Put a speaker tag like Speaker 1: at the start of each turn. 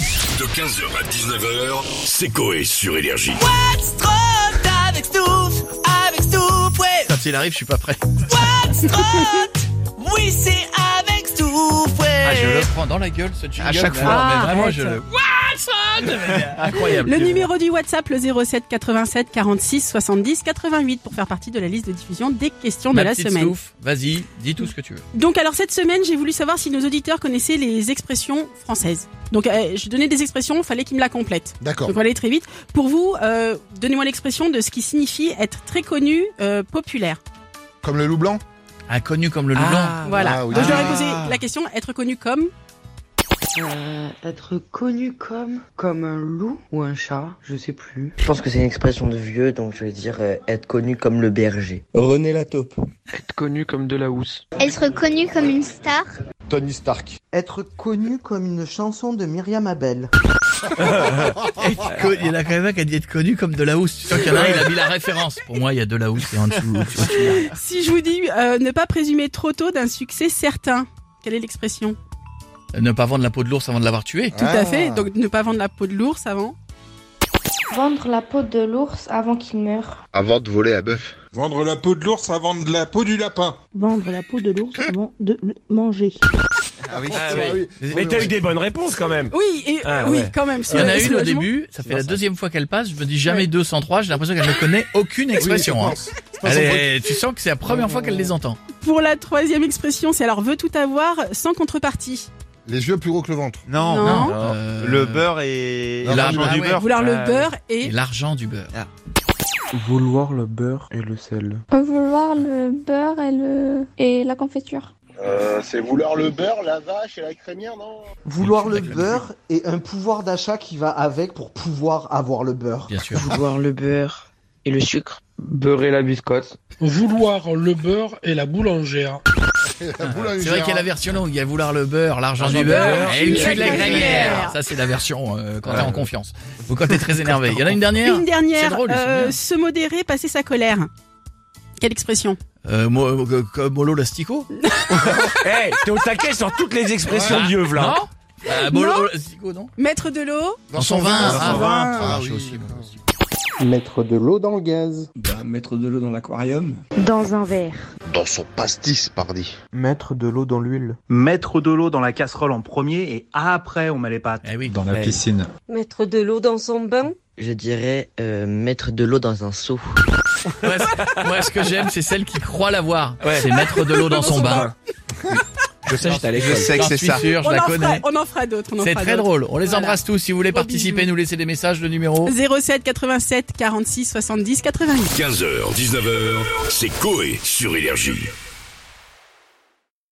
Speaker 1: De 15h à 19h, c'est Coé sur Énergie.
Speaker 2: What's trop avec Stouff, avec Stouff, ouais.
Speaker 3: Quand il arrive, je suis pas prêt.
Speaker 2: What's trop Oui, c'est avec Stouff, ouais.
Speaker 3: Ah, je le prends dans la gueule ce jingle. À
Speaker 4: chaque fois.
Speaker 3: mais
Speaker 4: Eh. Ah,
Speaker 3: vraiment,
Speaker 4: arrête.
Speaker 3: je le. Watson Incroyable.
Speaker 4: Le numéro du WhatsApp, le 07 87 46 70 88, pour faire partie de la liste de diffusion des questions
Speaker 3: Ma
Speaker 4: de la
Speaker 3: petite
Speaker 4: semaine.
Speaker 3: Stouff, Vas-y, dis tout ce que tu veux.
Speaker 4: Donc, alors cette semaine, j'ai voulu savoir si nos auditeurs connaissaient les expressions françaises. Donc, euh, je donnais des expressions, fallait qu'ils me la complètent.
Speaker 5: D'accord.
Speaker 4: Donc, on va aller très vite. Pour vous, euh, donnez-moi l'expression de ce qui signifie être très connu, euh, populaire.
Speaker 5: Comme le loup blanc
Speaker 3: Inconnu comme le loup blanc.
Speaker 4: voilà.
Speaker 5: ah oui.
Speaker 4: Donc, je leur ai
Speaker 5: Ah.
Speaker 4: posé la question, être connu comme
Speaker 6: Euh, être connu comme comme un loup ou un chat, je sais plus. Je pense que c'est une expression de vieux, donc je vais dire euh, être connu comme le berger.
Speaker 7: René Lataupe.
Speaker 8: être connu comme de la housse.
Speaker 9: Être connue comme une star
Speaker 5: Tony Stark.
Speaker 10: Être connu comme une chanson de Myriam Abel.
Speaker 3: Il y en a quand même un qui a dit être connu comme de la housse. Tu sens qu'il y en a un, il a mis la référence. Pour moi, il y a de la housse et en dessous.
Speaker 4: Si je vous dis euh, ne pas présumer trop tôt d'un succès certain, quelle est l'expression
Speaker 3: Ne pas vendre la peau de l'ours avant de l'avoir tué.
Speaker 4: Tout
Speaker 5: Ah.
Speaker 4: à fait. Donc ne pas vendre la peau de l'ours avant.
Speaker 9: Vendre la peau de l'ours avant qu'il meure.
Speaker 7: Avant de voler à bœuf.
Speaker 11: Vendre la peau de l'ours avant de la peau du lapin.
Speaker 10: Vendre la peau de l'ours avant de le manger.
Speaker 5: Ah oui,
Speaker 3: Ah
Speaker 5: c'est
Speaker 3: oui.
Speaker 5: vrai,
Speaker 3: Mais t'as eu
Speaker 8: des bonnes réponses quand même.
Speaker 4: Oui, et,
Speaker 8: Ah,
Speaker 4: oui,
Speaker 8: ouais.
Speaker 4: quand même.
Speaker 3: Il y en a une au
Speaker 4: Soulagement.
Speaker 3: début, ça fait la deuxième fois qu'elle passe, je me dis jamais 203, j'ai l'impression qu'elle ne connaît aucune expression. hein. Elle est- tu sens que c'est la première fois qu'elle les entend.
Speaker 4: Pour la troisième expression, c'est alors veut tout avoir sans contrepartie.
Speaker 5: Les yeux plus gros que le ventre.
Speaker 4: Non.
Speaker 3: Euh,
Speaker 7: Le beurre et
Speaker 3: Non,
Speaker 7: l'argent
Speaker 3: ah
Speaker 7: du
Speaker 3: ouais.
Speaker 7: beurre.
Speaker 4: Vouloir le beurre
Speaker 3: Et
Speaker 4: et
Speaker 3: l'argent du beurre.
Speaker 8: Vouloir le beurre et le sel.
Speaker 9: Vouloir le beurre et, le... et la confiture.
Speaker 7: Euh, c'est vouloir le beurre, la vache et la crémière, non
Speaker 10: Vouloir
Speaker 3: Je
Speaker 10: le
Speaker 3: suis d'accord.
Speaker 10: beurre et un pouvoir d'achat qui va avec pour pouvoir avoir le beurre.
Speaker 3: Bien sûr.
Speaker 6: Vouloir le beurre et le sucre.
Speaker 8: Beurre et la biscotte.
Speaker 11: Vouloir le beurre et la boulangère.
Speaker 5: La boulangère.
Speaker 3: C'est vrai qu'il y a la version longue, il y a vouloir Ah, le beurre, l'argent
Speaker 8: L'argent
Speaker 3: du
Speaker 8: du
Speaker 3: beurre
Speaker 8: beurre,
Speaker 3: et une
Speaker 4: la
Speaker 3: chute de la
Speaker 4: crémière.
Speaker 3: crémière. Ça c'est la version euh, quand t'es
Speaker 8: Ouais.
Speaker 3: en confiance ou quand t'es très énervé. Il y en a une dernière.
Speaker 4: une dernière.
Speaker 3: C'est drôle, ils sont
Speaker 4: euh,
Speaker 3: bien.
Speaker 4: se modérer, passer sa colère. Quelle expression
Speaker 3: Euh, mo- euh, comme Molo Lastico.
Speaker 8: Eh, t'es au taquet sur toutes les expressions
Speaker 3: Ouais.
Speaker 8: de vieux, là.
Speaker 3: Non. Euh, Molo Lastico non.
Speaker 4: Mettre de l'eau.
Speaker 3: Dans son vin.
Speaker 5: Dans son
Speaker 3: Ah,
Speaker 5: vin.
Speaker 3: ça
Speaker 5: Ah
Speaker 3: marche
Speaker 5: oui.
Speaker 3: aussi, bon.
Speaker 7: Mettre de l'eau dans le gaz.
Speaker 10: Bah, mettre de l'eau dans l'aquarium.
Speaker 6: Dans un verre.
Speaker 7: Dans son pastis, pardi.
Speaker 10: Mettre de l'eau dans l'huile.
Speaker 11: Mettre de l'eau dans la casserole en premier et après on met les pâtes.
Speaker 3: Eh oui.
Speaker 8: Eh,
Speaker 6: Mettre de l'eau dans son bain.
Speaker 10: Je dirais euh, mettre de l'eau dans un seau.
Speaker 3: Moi, ce- moi, ce que j'aime, c'est celle qui croit l'avoir. C'est mettre de l'eau dans son bain.
Speaker 4: Je sais, j'étais à l'école.
Speaker 7: sais que
Speaker 3: J'en
Speaker 7: c'est
Speaker 3: suis
Speaker 7: ça.
Speaker 3: sûr, je
Speaker 4: On
Speaker 3: la
Speaker 4: en, fera,
Speaker 3: connais.
Speaker 4: on en fera d'autres. on en
Speaker 3: C'est
Speaker 4: fera
Speaker 3: très
Speaker 4: d'autres.
Speaker 3: drôle. On les
Speaker 4: Voilà.
Speaker 3: embrasse tous. Si vous voulez
Speaker 4: Gros
Speaker 3: participer,
Speaker 4: bisous.
Speaker 3: nous laissez des messages, le numéro.
Speaker 4: 07 87 46 70 88.
Speaker 1: 15h, 19h, c'est Coé sur Énergie.